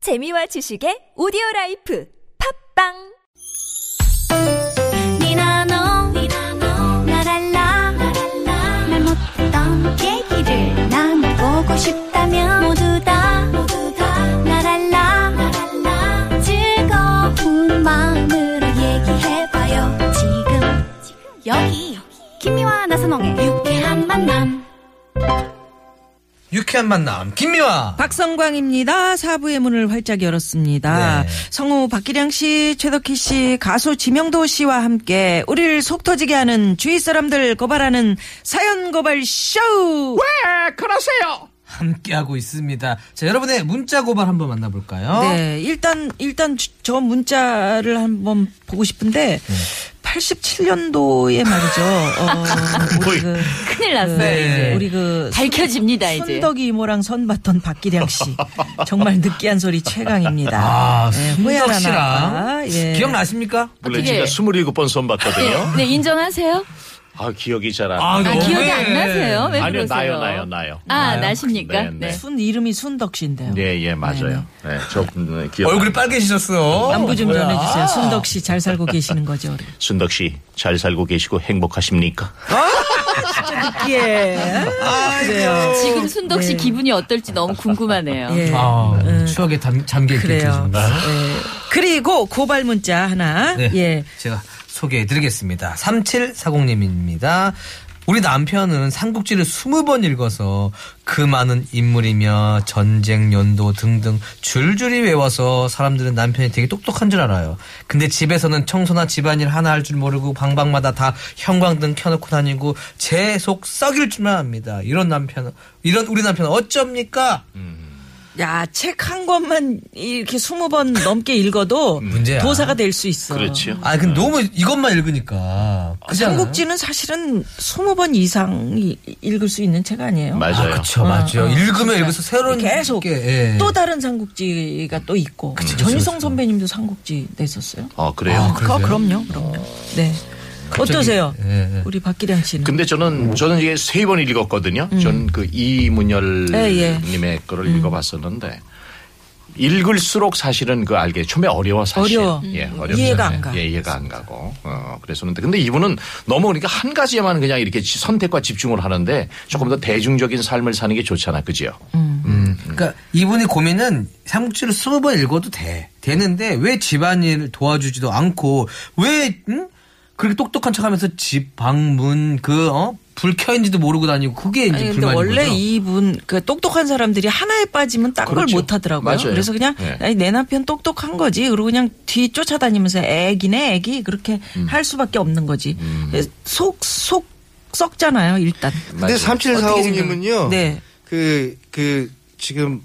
재미와 지식의 오디오 라이프 팝빵 니나노 날 알라 날 못했던 얘기를 나눠보고 싶다면 모두 다 날 알라 즐거운 마음으로 얘기해봐요 지금 여기 김미와 나선홍의 유쾌한 만남 유쾌한 만남 김미화 박성광입니다. 사부의 문을 활짝 열었습니다. 네. 성우 박기량 씨, 최덕희 씨, 가수 지명도 씨와 함께 우리를 속 터지게 하는 주위 사람들 고발하는 사연 고발 쇼! 함께하고 있습니다. 자 여러분의 문자 고발 한번 만나볼까요? 네, 일단 일단 주- 저 문자를 한번 보고 싶은데 네. 87년도에 말이죠. 어, 네. 우리 그, 큰일 났어요. 네. 우리 그 밝혀집니다 이제. 순덕이 이모랑 선봤던 박기량 씨 정말 느끼한 소리 최강입니다. 아 예, 순덕 후회하나 씨랑 봐. 예. 기억나십니까? 원래 어떻게- 제가 27번 선 봤거든요. 네, 네 인정하세요. 아, 기억이 잘 안. 아, 나. 아 너무해. 기억이 안 나세요? 왜 아니요, 그러세요? 나요, 나요, 나요. 아 나요? 나십니까? 네, 네. 네. 순 이름이 순덕 씨인데요. 예, 예, 맞아요. 네, 저 음, 기억. 얼굴이 빨개지셨어. 안부 좀 뭐야. 아. 전해주세요. 순덕 씨 잘 살고 계시는 거죠? 우리. 순덕 씨, 잘 살고 계시고 행복하십니까? 예. 아! 그래요. 지금 순덕 씨 네. 기분이 어떨지 너무 궁금하네요. 예. 아, 추억에 담, 잠겨 있게 그래요. 느껴지는가? 예. 그리고 고발 문자 하나. 네. 예. 제가 소개해드리겠습니다. 3740님입니다. 우리 남편은 삼국지를 20번 읽어서 그 많은 인물이며 전쟁 연도 등등 줄줄이 외워서 사람들은 남편이 되게 똑똑한 줄 알아요. 근데 집에서는 청소나 집안일 하나 할 줄 모르고 방방마다 다 형광등 켜놓고 다니고 제 속 썩일 줄만 압니다. 이런 남편, 이런 우리 남편 어쩝니까? 야, 책 한 권만 이렇게 20번 넘게 읽어도 문제야. 도사가 될 수 있어. 그렇지요. 네. 아, 근데 너무 이것만 읽으니까. 그지 않아요? 삼국지는 사실은 20번 이상 이- 읽을 수 있는 책 아니에요? 맞아요. 음, 그렇죠, 맞아요. 읽으면 읽어서 새로운 네. 계속 게, 예. 또 다른 삼국지가 또 있고 그치, 그치, 전희성 그치. 선배님도 삼국지 냈었어요. 어, 그래요. 아, 그 그러세요? 럼요 그럼요. 네. 어떠세요? 예, 예. 우리 박기량 씨는. 근데 음. 저는 저는 이게 세 번 읽었거든요. 저는 그 이문열 예, 예. 님의 거를 읽어봤었는데 읽을수록 사실은 그 알게 처음에 어려워 사실. 어려워. 예, 음. 어렵죠. 이해가 예, 안 가. 예, 이해가 안 가고. 어, 그랬었는데 근데 이분은 너무 그러니까 한 가지에만 그냥 이렇게 지- 선택과 집중을 하는데 조금 더 대중적인 삶을 사는 게 좋잖아, 그지요? 음. 그러니까 이분의 고민은 삼국지를 스무 번 읽어도 돼 되는데 왜 집안일 도와주지도 않고 왜 응? 그렇게 똑똑한 척하면서 집 방문 그 어? 불 켜인지도 모르고 다니고 그게 이제 아니, 근데 불만인 원래 거죠. 이분, 그 똑똑한 사람들이 하나에 빠지면 딴 걸 그렇죠. 못 하더라고요. 맞아요. 그래서 그냥, 예. 아니, 내 남편 똑똑한 거지. 그리고 그냥 뒤 쫓아다니면서 애기네, 애기. 그렇게 음. 할 수밖에 없는 거지. 예, 속, 속 썩잖아요, 일단. 근데 생각- 3745님은요. 네. 그, 그, 지금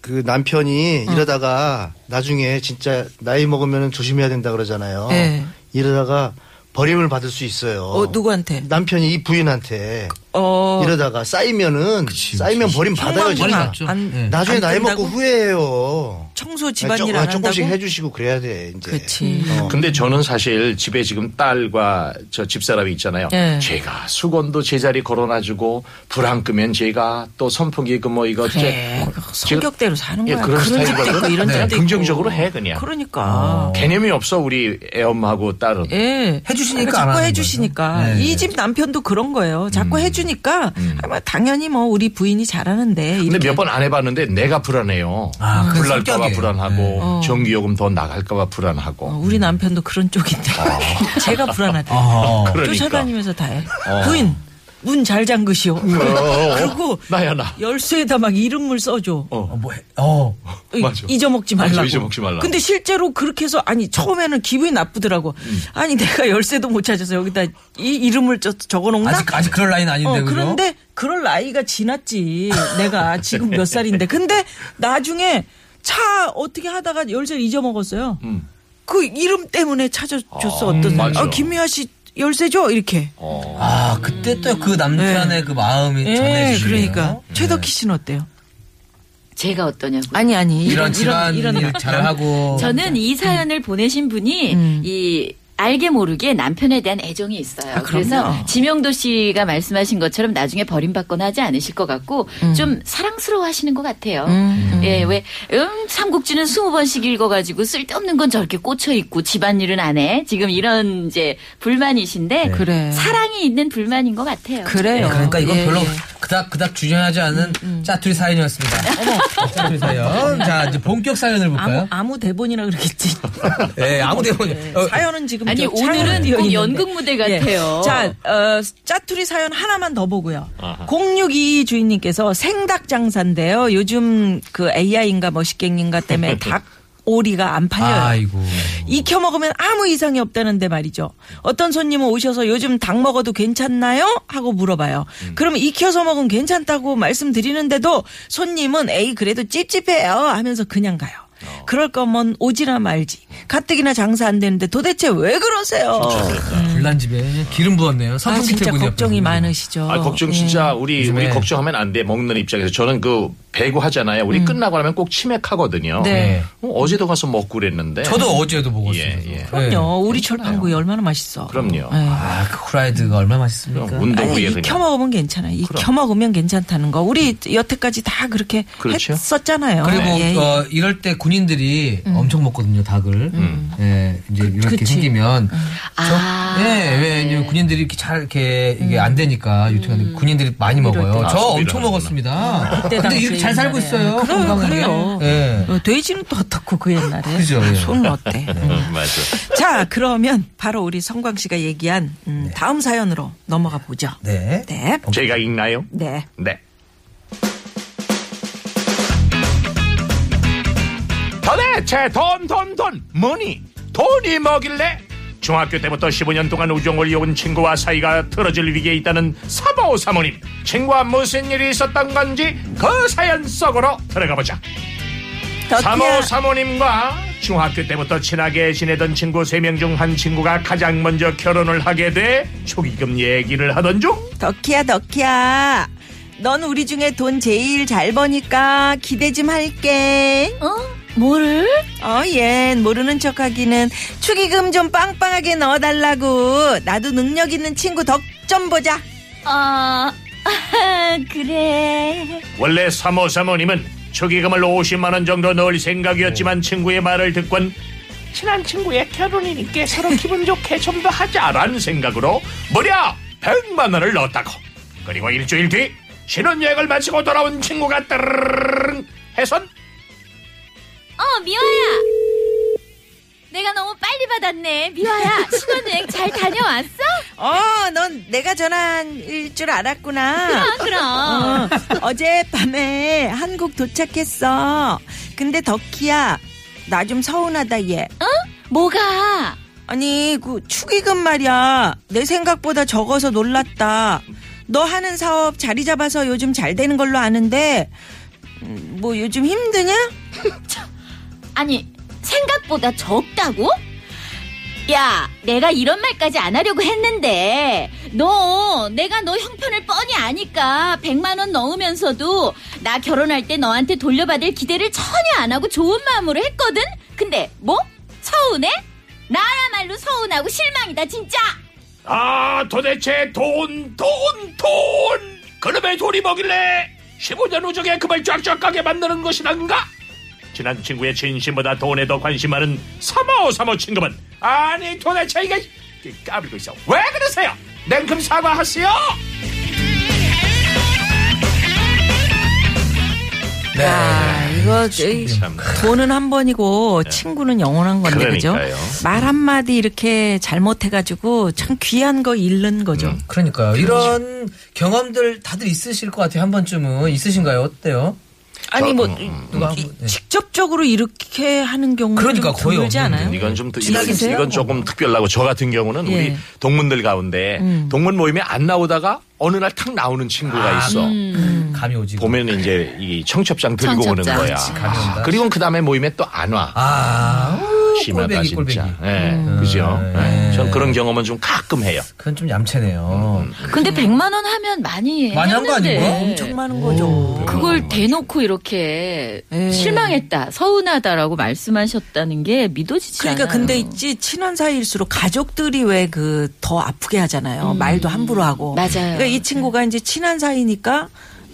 그 남편이 어. 이러다가 나중에 진짜 나이 먹으면 조심해야 된다 그러잖아요. 네. 이러다가 버림을 받을 수 있어요. 어, 누구한테? 남편이 이 부인한테 어. 이러다가 쌓이면은 쌓이면 버림 받아요, 형광등 진짜. 받죠. 안- 예. 나중에 안 나이 뜬다고? 먹고 후회해요. 아, 청소 집안일 조- 안 조금씩 한다고? 해주시고 그래야 돼, 이제. 그치. 어. 근데 저는 사실 집에 지금 딸과 저 집사람이 있잖아요. 예. 제가 수건도 제자리 걸어놔주고 불안 끄면 제가 또 선풍기 그 뭐 이거 그래. 제- 성격대로 사는 예, 거야. 그런 그런 집도 스타일이거든. 있고 이런 네, 집도 있고. 긍정적으로 해, 그냥. 그러니까. 개념이 없어 우리 애엄마하고 딸은. 예. 해주시니까 안 자꾸 하는 해주시니까 거죠. 네. 이 집 남편도 그런 거예요. 자꾸 해주니까 아마 당연히 뭐 우리 부인이 잘하는데. 근데 이렇게. 몇 번 안 해봤는데 내가 불안해요. 아, 그 불날까봐 성격이에요. 네. 불안하고 전기요금 더 나갈까봐 불안하고. 어, 우리 남편도 그런 쪽인데 제가 불안하다. 어. 그러니까. 쫓아다니면서 다 해. 부인 문 잘 잠그시오. 어, 그리고 나야 나. 열쇠에다 막 이름을 써줘. 어, 뭐, 해- 어. 이- 맞아. 잊어먹지 말라고. 맞아, 잊어먹지 말라고. 근데 실제로 그렇게 해서 아니 처음에는 기분이 나쁘더라고. 아니 내가 열쇠도 못 찾아서 여기다 이 이름을 저- 적어놓나? 아직 아직 그럴 라인 아닌데 어, 그죠? 그런데 그럴 나이가 지났지. 내가 지금 몇 살인데. 근데 나중에 차 어떻게 하다가 열쇠를 잊어먹었어요. 그 이름 때문에 찾아줬어. 어떤 사람이. 음. 맞아. 아, 김미아 씨 열쇠 줘. 이렇게. 아 그때 또 그 남편의 그 마음이 네. 예, 전해지네요. 그러니까. 최덕희 씨는 어때요? 제가 어떠냐고. 아니, 아니. 이런 집안 일 잘하고 음. 저는 이 사연을 보내신 분이 이 알게 모르게 남편에 대한 애정이 있어요. 아, 그래서 지명도 씨가 말씀하신 것처럼 나중에 버림받거나 하지 않으실 것 같고 음. 좀 사랑스러워 하시는 것 같아요. 예, 왜, 음, 삼국지는 스무 번씩 읽어가지고 쓸데없는 건 저렇게 꽂혀있고 집안일은 안 해. 지금 이런 이제 불만이신데. 그래. 사랑이 있는 불만인 것 같아요. 그래요. 네. 그러니까 이건 예, 음, 별로 예. 그닥 그닥 중요하지 않은 짜투리 사연이었습니다. 어머, 짜투리 사연. 자 이제 본격 사연을 아무, 볼까요? 아무 대본이라 그러겠지. 예, 아무 대본. 어, 사연은 지금 아니, 저 차로 오늘은 뛰어 꼭 있는데. 연극 무대 같아요. 예. 자, 어, 짜투리 사연 하나만 더 보고요. 062 주인님께서 생닭 장사인데요. 요즘 그 AI인가 머시갱인가 때문에 닭 오리가 안 팔려요. 아이고. 익혀 먹으면 아무 이상이 없다는데 말이죠. 어떤 손님은 오셔서 요즘 닭 먹어도 괜찮나요? 하고 물어봐요. 음. 그럼 익혀서 먹으면 괜찮다고 말씀드리는데도 손님은 에이 그래도 찝찝해요 하면서 그냥 가요. 어. 그럴 거면 오지나 말지. 가뜩이나 장사 안 되는데 도대체 왜 그러세요? 불난 집에 기름 부었네요. 어. 음. 아 선풍기 진짜 틀고 있네요, 걱정이 옆에서. 많으시죠. 아, 걱정 진짜 우리 요즘에. 우리 걱정하면 안 돼. 먹는 입장에서 저는 그 배구 하잖아요. 우리 끝나고 나면 꼭 치맥하거든요. 음. 네. 어, 제도 가서 먹고 그랬는데. 저도 어제도 먹었어요. 예, 예. 그럼요. 우리 철판구이 얼마나 맛있어. 그럼요. 예. 아, 그 후라이드가 얼마나 맛있습니까? 그럼 운동 아니, 위에 익혀 그냥. 먹으면 괜찮아요. 익혀 먹으면 괜찮다는 거. 우리 여태까지 다 그렇게 그렇죠. 했었잖아요. 그리고 예, 예. 어, 이럴 때 군인들이 엄청 먹거든요 닭을. 예, 이제 이렇게 음. 그치. 음. 네. 생기면. 아. 저, 예, 왜냐면 군인들이 이렇게 잘 이렇게 이게 음. 안 되니까 유튜브 군인들이 많이 먹어요. 아, 저 소비를 엄청 하는구나. 먹었습니다. 그때 아, 근데 당시에 이렇게 잘 살고 옛날에. 있어요. 그래요, 건강하게. 그래요. 예. 어, 돼지는 또 어떻고 그 옛날에 그죠, 예. 손은 어때? 음, 맞아. 자 그러면 바로 우리 성광 씨가 얘기한 음, 다음 사연으로 넘어가 보죠. 네. 네. 제가 읽나요? 네. 네. 도대체 돈, 돈, 돈, 뭐니? 돈이 뭐길래? 중학교 때부터 15년 동안 우정을 이어온 친구와 사이가 틀어질 위기에 있다는 3호 사모님. 친구와 무슨 일이 있었던 건지 그 사연 속으로 들어가 보자. 더티야. 3호 사모님과 중학교 때부터 친하게 지내던 친구 세 명 중 한 친구가 가장 먼저 결혼을 하게 돼 초기금 얘기를 하던 중 덕희야 덕희야 넌 우리 중에 돈 제일 잘 버니까 기대 좀 할게 어? 뭐를? 어예 모르는 척하기는 축의금 좀 빵빵하게 넣어달라고 나도 능력 있는 친구 덕 좀 보자 아, 그래. 원래 3호 사모님은 초기금을 50만 원 정도 넣을 생각이었지만 친구의 말을 듣곤 친한 친구의 결혼이니까 서로 기분 좋게 좀 더 하자라는 생각으로 무려 100만 원을 넣었다고 그리고 일주일 뒤 신혼여행을 마치고 돌아온 친구가 따르르르 해선 어, 미화야. 내가 너무 빨리 받았네. 미화야, 신혼여행 잘 다녀왔어? 어 넌 내가 전화일 줄 알았구나 아, 그럼. 어, 어젯밤에 한국 도착했어 근데 덕희야 나 좀 서운하다 얘 어? 뭐가? 아니 그 축의금 말이야 내 생각보다 적어서 놀랐다 너 하는 사업 자리 잡아서 요즘 잘 되는 걸로 아는데 음, 뭐 요즘 힘드냐? 아니, 생각보다 적다고? 야, 내가 이런 말까지 안 하려고 했는데, 너, 내가 너 형편을 뻔히 아니까, 100만원 넣으면서도, 나 결혼할 때 너한테 돌려받을 기대를 전혀 안 하고 좋은 마음으로 했거든? 근데, 뭐? 서운해? 나야말로 서운하고 실망이다, 진짜! 아 도대체 돈 돈 돈 그놈의 돈이 뭐길래 15년 우정에 그말 쫙쫙 가게 만드는 것이란가 친한 친구의 진심보다 돈에 더 관심 많은 3535 친구분 아니 도대체 이게 까불고 있어 왜 그러세요 냉큼 사과하세요 네. 아 이거 이, 참. 네. 돈은 한 번이고 친구는 영원한 건데 그죠? 그러니까요. 말 한마디 이렇게 잘못해가지고 참 귀한 거 잃는 거죠. 음, 그러니까요. 그렇죠. 이런 경험들 다들 있으실 것 같아요. 한 번쯤은 있으신가요? 어때요? 아니 음, 뭐 누가 한 번. 네. 직접적으로 이렇게 하는 경우는 그러니까 좀 거의 드물지 없는데. 않아요? 이건 좀 더- 이건, 지나치세요? 이건 조금 특별하고 저 같은 경우는 예. 우리 동문들 가운데 음. 동문 모임에 안 나오다가 어느 날 탁 나오는 친구가 있어 아, 음. 음. 감이 오지. 보면 이제 이 청첩장 들고 청첩장. 오는 거야 그치, 가져온다. 그리고 그 다음에 모임에 또 안 와. 아, 심하다 꼴배기, 진짜. 꼴배기. 예, 그죠? 네. 예, 전 그런 경험은 좀 가끔 해요. 그건 좀 음, 얌체네요. 근데 100만 원 하면 많이 많이 한 거 했는데 아닌가? 엄청 많은 거죠. 어. 그걸 대놓고 이렇게 예. 실망했다, 서운하다라고 말씀하셨다는 게 믿어지지 그러니까 않아요. 근데 있지 친한 사이일수록 가족들이 왜 그 더 아프게 하잖아요. 말도 함부로 하고. 음. 맞아요. 네. 그러니까 이 친구가 이제 친한 사이니까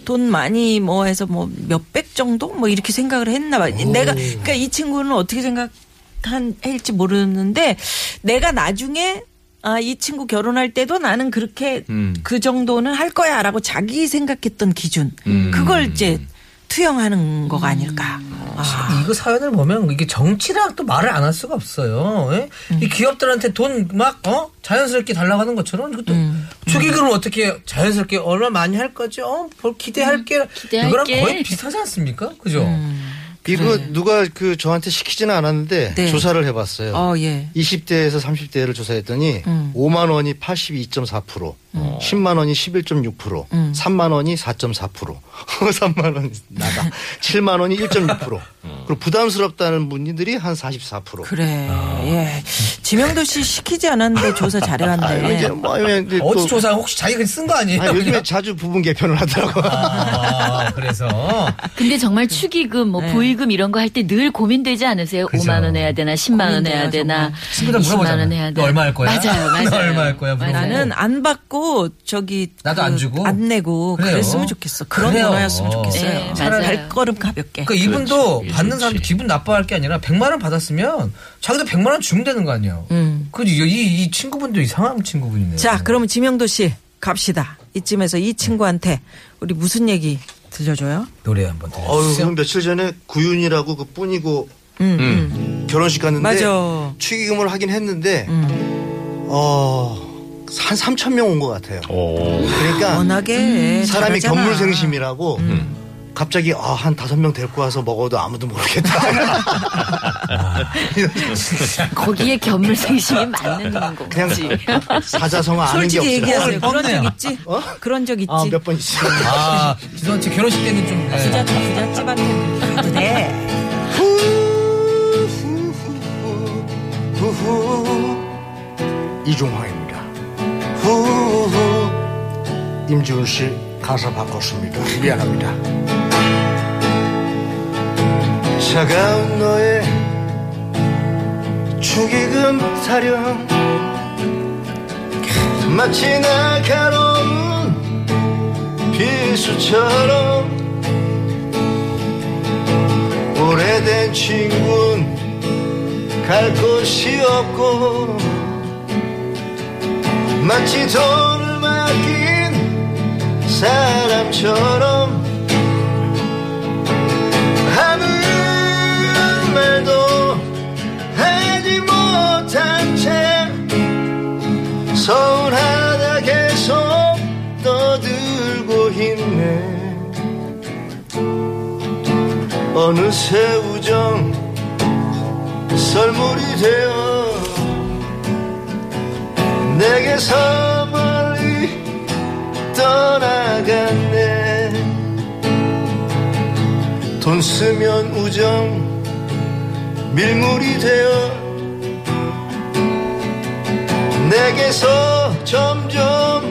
돈 많이 뭐 해서 뭐 몇백 정도 뭐 이렇게 생각을 했나 봐. 내가 그러니까 이 친구는 어떻게 생각한 할지 모르는데 내가 나중에 아, 이 친구 결혼할 때도 나는 그렇게 음. 그 정도는 할 거야 라고 자기 생각했던 기준. 음. 그걸 이제 투영하는 거가 아닐까. 아. 이거 사연을 보면 이게 정치랑 또 말을 안 할 수가 없어요. 예? 이 음. 기업들한테 돈 막 어? 자연스럽게 달라고 하는 것처럼 그것도 음. 축의금을 어떻게 자연스럽게 얼마 많이 할 거지? 어? 볼 기대할게. 음, 기대할게. 음. 이거랑 거의 비슷하지 않습니까? 그죠? 이거 누가 그 저한테 시키지는 않았는데 네. 조사를 해봤어요. 어, 예. 20대에서 30대를 조사했더니 음. 5만 원이 82.4%, 10만 원이 11.6%, 음. 3만 원이 4.4%, 3만 원 나다, 7만 원이 1.6%. 음. 그리고 부담스럽다는 분들이 한 아. 44%. 그래. 예. 지명도 씨 시키지 않았는데 조사 아유, 이제 잘해왔네. 뭐 아니면 이제 어디 또- 조사 혹시 자기가 쓴 거 아니에요? 아니, 요즘에 자주 부분 개편을 하더라고. 요 아, 그래서 근데 정말 네. 축의금, 뭐 보이금 이런 거 할 때 늘 고민되지 않으세요? 그죠. 5만 원 해야 되나, 10만 원 해야 고민돼요, 되나, 친구들 20만 물어보잖아. 원 해야 너 되나. 얼마 할 거야? 맞아요, 너 맞아요. 얼마 할 거야? 물어보고. 나는 안 받고 저기 네. 그 나도 안 주고? 안 내고 그래요. 그랬으면 좋겠어. 그런 그래요. 문화였으면 좋겠어요. 네, 차라리 맞아요. 발걸음 가볍게. 그러니까 이분도 그렇지, 받는 사람 그렇지. 기분 나빠할 게 아니라 100만 원 받았으면 자기도 100만 원 주면 되는 거 아니에요. 그이 이, 이 친구분도 이상한 친구분이네요. 음. 자, 그러면 지명도 씨 갑시다. 이쯤에서 이 친구한테 우리 무슨 얘기 들려줘요? 노래 한번 어휴, 들려주세요. 그럼 며칠 전에 구윤이라고 그 뿐이고 음, 결혼식 갔는데 맞아. 축의금을 하긴 했는데 음. 어, 한 3천 명 온 것 같아요. 오. 그러니까 음, 워낙에 사람이 잘하잖아. 견물생심이라고 음. 갑자기 아, 한 다섯 명 데리고 와서 먹어도 아무도 모르겠다. 거기에 견물생심이 맞는 거지. 그냥 사자성어 아는 게 솔직히 얘기하세요. 어, 없으라고. 그런 적 뻔해요. 있지? 어? 그런 적 있지? 아, 몇 번 있어. 아, 기선 씨 결혼식 때는 좀 네. 부잣 부잣집한테 가도 네. 돼. 후후 이종황입니다. 후후 임지훈 씨 가사 바꿨습니다. 미안합니다. 차가운 너의 축의금 타령 마치 날카로운 비수처럼 오래된 친구는 갈 곳이 없고 마치 돈을 맡긴 사람처럼 아무 말도 하지 못한 채 서운하다 계속 떠들고 있네 어느새 우정 설물이 되어 내게서 멀리 떠나갔네 돈 쓰면 우정 밀물이 되어 내게서 점점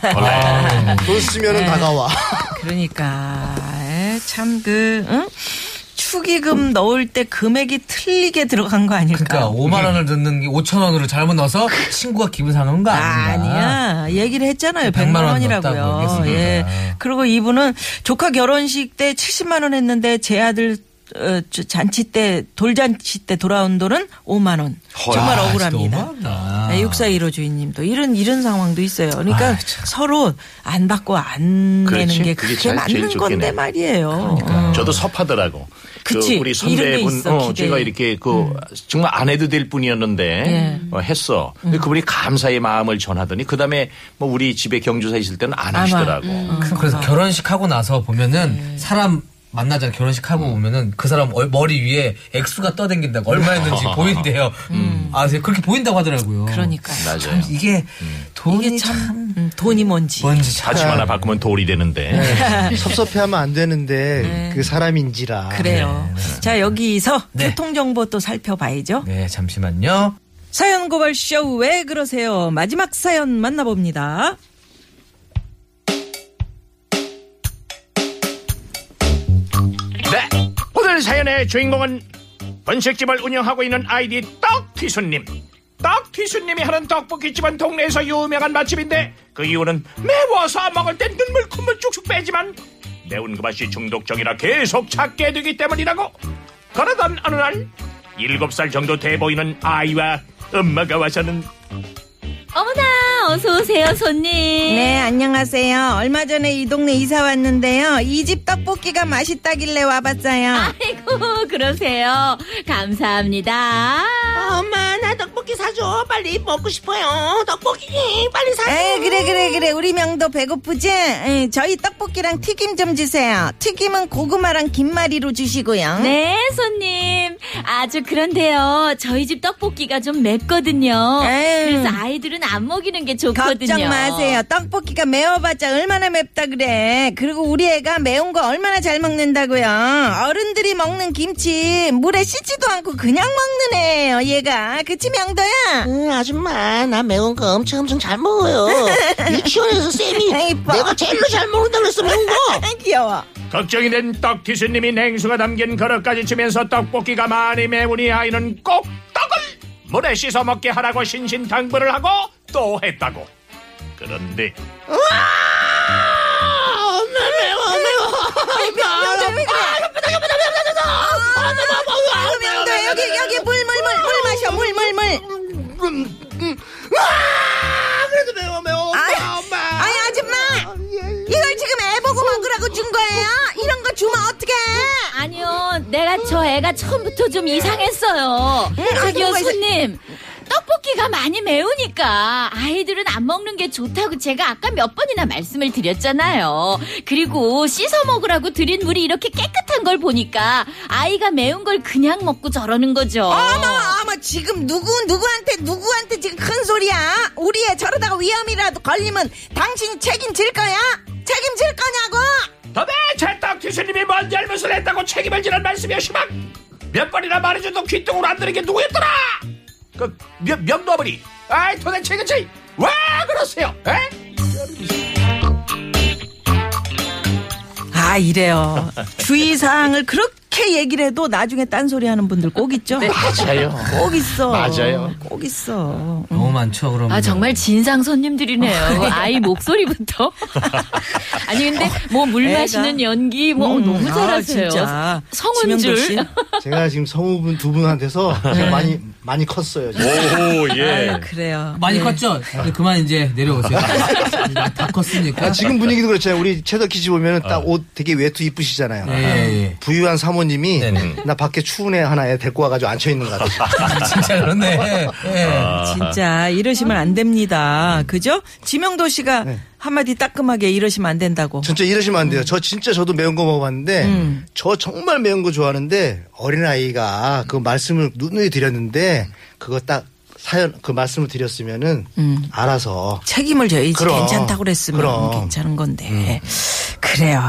다가오네 돈 쓰면 은 다가와 그러니까 참 그 축의금 넣을 때 금액이 틀리게 들어간 거 아닐까? 그러니까 5만 원을 넣는 게 5천 원으로 잘못 넣어서 친구가 기분 상한 거 아, 아닌가? 아니야. 얘기를 했잖아요. 100만, 100만 네, 원 원이라고요. 넣었다고 예. 얘기했습니다. 그리고 이분은 조카 결혼식 때 70만 원 했는데 제 아들 어, 저 잔치 때 돌잔치 때 돌아온 돈은 5만 원. 아, 정말 아, 억울합니다. 너무하다. 네, 6415 주인님도 이런 이런 상황도 있어요. 그러니까 아. 아이, 서로 안 받고 안 그렇지. 내는 게 그게 그게 제일- 제일 맞는 좋겠네. 건데 그러니까. 말이에요. 저도 섭하더라고. 그 음. 그치. 우리 이런 게 선배분, 있어, 음. 어, 기대. 제가 이렇게 그 정말 안 해도 될 예. 뿐이었는데 어, 했어. 음. 근데 그분이 감사의 마음을 전하더니 그 다음에 뭐 우리 집에 경주사 있을 때는 아, 안 하시더라고. 음. 음, 그래서 결혼식 하고 나서 보면은 네. 사람 만나잖아 음. 결혼식 하고 오면은 그 사람 얼- 머리 위에 액수가 떠댕긴다고 얼마였는지 보인대요. 아, 그렇게 보인다고 하더라고요. 음. 그러니까요. 참 맞아요. 음. 이게 돈이 이게 참, 참 음, 돈이 뭔지. 뭔지 참. 다짐 하나 바꾸면 돌이 되는데. 네. 섭섭해하면 안 되는데 네. 그 사람인지라. 네. 그래요. 네. 자 여기서 네. 교통 정보 또 살펴봐야죠. 네, 잠시만요. 사연 고발 쇼 왜 그러세요? 마지막 사연 만나봅니다. 네. 오늘 사연의 주인공은 분식집을 운영하고 있는 아이디 떡튀순님. 떡튀순님이 하는 떡볶이집은 동네에서 유명한 맛집인데 그 이유는 매워서 먹을 땐 눈물 콧물 쭉쭉 빼지만 매운 그 맛이 중독적이라 계속 찾게 되기 때문이라고. 그러던 어느 날 일곱 살 정도 돼 보이는 아이와 엄마가 와서는 어머나 어서 오세요 손님. 네, 안녕하세요. 얼마 전에 이 동네 이사 왔는데요. 이 집 떡볶이가 맛있다길래 와봤어요. 아이고 그러세요. 감사합니다. 아, 엄마 나 떡볶이 사줘 빨리 먹고 싶어요 떡볶이 빨리 사줘 에 그래, 그래, 그래. 우리 명도 배고프지? 에, 저희 떡볶이랑 튀김 좀 주세요. 튀김은 고구마랑 김말이로 주시고요. 네 손님. 아주 그런데요. 저희 집 떡볶이가 좀 맵거든요. 에이. 그래서 아이들은 안 먹이는 게 좋거든요. 걱정 마세요. 떡볶이가 매워봤자 얼마나 맵다 그래. 그리고 우리 애가 매운 거 얼마나 잘 먹는다고요. 어른들이 먹는 김치 물에 씻지도 않고 그냥 먹는 애예요. 얘가 그치 명도야? 응, 음, 아줌마 나 매운 거 엄청 엄청 잘 먹어요 유치원에서 쌤이 이뻐. 내가 제일로 잘 먹는다 그랬어 매운 거 귀여워. 걱정이 된 떡튀순님이 냉수가 담긴 그릇까지 치면서 떡볶이가 많이 매우니 아이는 꼭 떡을 물에 씻어 먹게 하라고 신신당부를 하고 또 했다고. 그런데 명도 여기 여기 물 물 물 물 마셔 물 물 물. 아 그래도 매워 매워. 엄마 아이 아줌마 이걸 지금 애 보고 먹으라고 준 거예요? 이런 거 주면 어떡해? 아니요, 내가 저 애가 처음부터 좀 이상했어요. 저기요, 아이고, 손님. 떡볶이가 많이 매우니까 아이들은 안 먹는 게 좋다고 제가 아까 몇 번이나 말씀을 드렸잖아요. 그리고 씻어 먹으라고 드린 물이 이렇게 깨끗한 걸 보니까 아이가 매운 걸 그냥 먹고 저러는 거죠. 어머 어머 지금 누구 누구한테 누구한테 지금 큰 소리야? 우리 애 저러다가 위험이라도 걸리면 당신이 책임질 거야? 책임질 거냐고? 도대체 떡튀순님이 뭔 잘못을 했다고 책임을 지는 말씀이시막 몇 번이나 말해줘도 귀뚱으로 안 들은 게 누구였더라? 그 명, 명도아버리 아이 도대체 그치 왜 그러세요? 에? 아 이래요. 주의 사항을 그렇게 얘기를 해도 나중에 딴 소리 하는 분들 꼭 있죠. 네. 맞아요. 꼭 있어. 음. 맞아요. 꼭 있어. 어, 너무 많죠, 그럼. 아 정말 진상 손님들이네요. 그러니까. 아이 목소리부터. 아니 근데 뭐 물 애가. 마시는 연기 뭐 음, 너무 아, 잘하세요. 진짜. 성은 지명도 줄. 네. 씨. 제가 지금 성우분 두 분한테서 제가 많이 많이 컸어요. 지금. 오호 예. 그래요. 네. 많이 컸죠? 이제 그만 이제 내려오세요. 다 컸으니까. 아, 지금 분위기도 그렇잖아요. 우리 채덕키즈 보면 딱 옷 되게 외투 이쁘시잖아요. 어. 음. 예, 예, 부유한 사모님이 네네. 나 밖에 추운 애 하나 애 데리고 와가지고 앉혀있는 것 같아요. 예. 진짜 그렇네. 예. 아, 진짜 이러시면 안 됩니다. 그죠? 지명도 씨가 한마디 따끔하게 이러시면 안 된다고. 네. 진짜 이러시면 안 돼요. 저 진짜 저도 매운 거 먹어봤는데 음. 저 정말 매운 거 좋아하는데 어린아이가 그 말씀을 누누이 드렸는데 그거 딱 사연 그 말씀을 드렸으면은 음. 알아서 책임을 져야지 그럼. 괜찮다고 그랬으면 그럼. 괜찮은 건데. 그래요.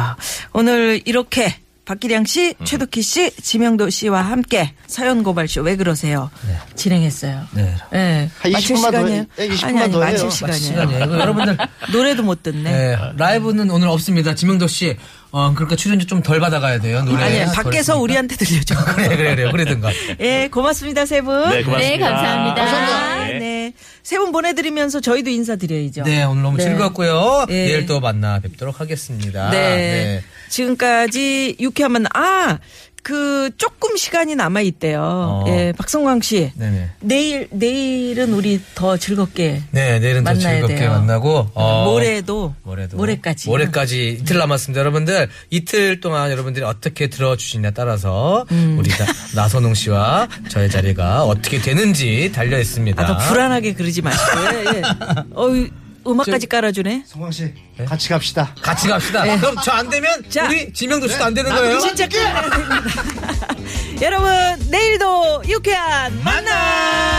오늘 이렇게 박기량 씨, 최덕희 씨, 지명도 씨와 함께 사연 고발쇼 왜 그러세요? 진행했어요. 네. 예. 한 20 마칠 분만 더 시간이에요. 해- 예, 20 아니, 분만 아니, 더 마칠 해요. 마칠 시간이에요. 시간이에요. 이거 여러분들, 노래도 못 듣네. 예, 라이브는 오늘 없습니다. 지명도 씨, 어, 그러니까 출연료 좀 덜 받아가야 돼요. 노래. 아니, 덜 밖에서 했으니까. 우리한테 들려줘. 그래, 그래, 그래. 그러든가. 예, 고맙습니다, 세 분. 네, 고맙습니다. 네, 감사합니다. 아, 네. 세 분 보내드리면서 저희도 인사드려야죠. 네, 오늘 너무 네. 즐거웠고요. 예. 내일 또 만나 뵙도록 하겠습니다. 네. 네. 지금까지 유쾌하면 아, 그 조금 시간이 남아 있대요. 어. 예, 박성광 씨. 네네. 내일 내일은 우리 더 즐겁게 네, 내일은 더 만나야 즐겁게 돼요. 만나고 어, 모레도 모레도 모레까지. 모레까지 이틀 남았습니다, 여러분들. 이틀 동안 여러분들이 어떻게 들어주시냐 따라서 음. 우리 나, 나선홍 씨와 저의 자리가 어떻게 되는지 달려 있습니다. 아, 더 불안하게 그러지 마시고. 예, 예. 어유 음악까지 깔아주네. 네. 성광 씨 같이 갑시다. 네. 같이 갑시다. 그럼 저 안 되면 자. 우리 지명도 씨도 안 되는 거예요. 진짜 깔아야 됩니다. 여러분 내일도 유쾌한 만남.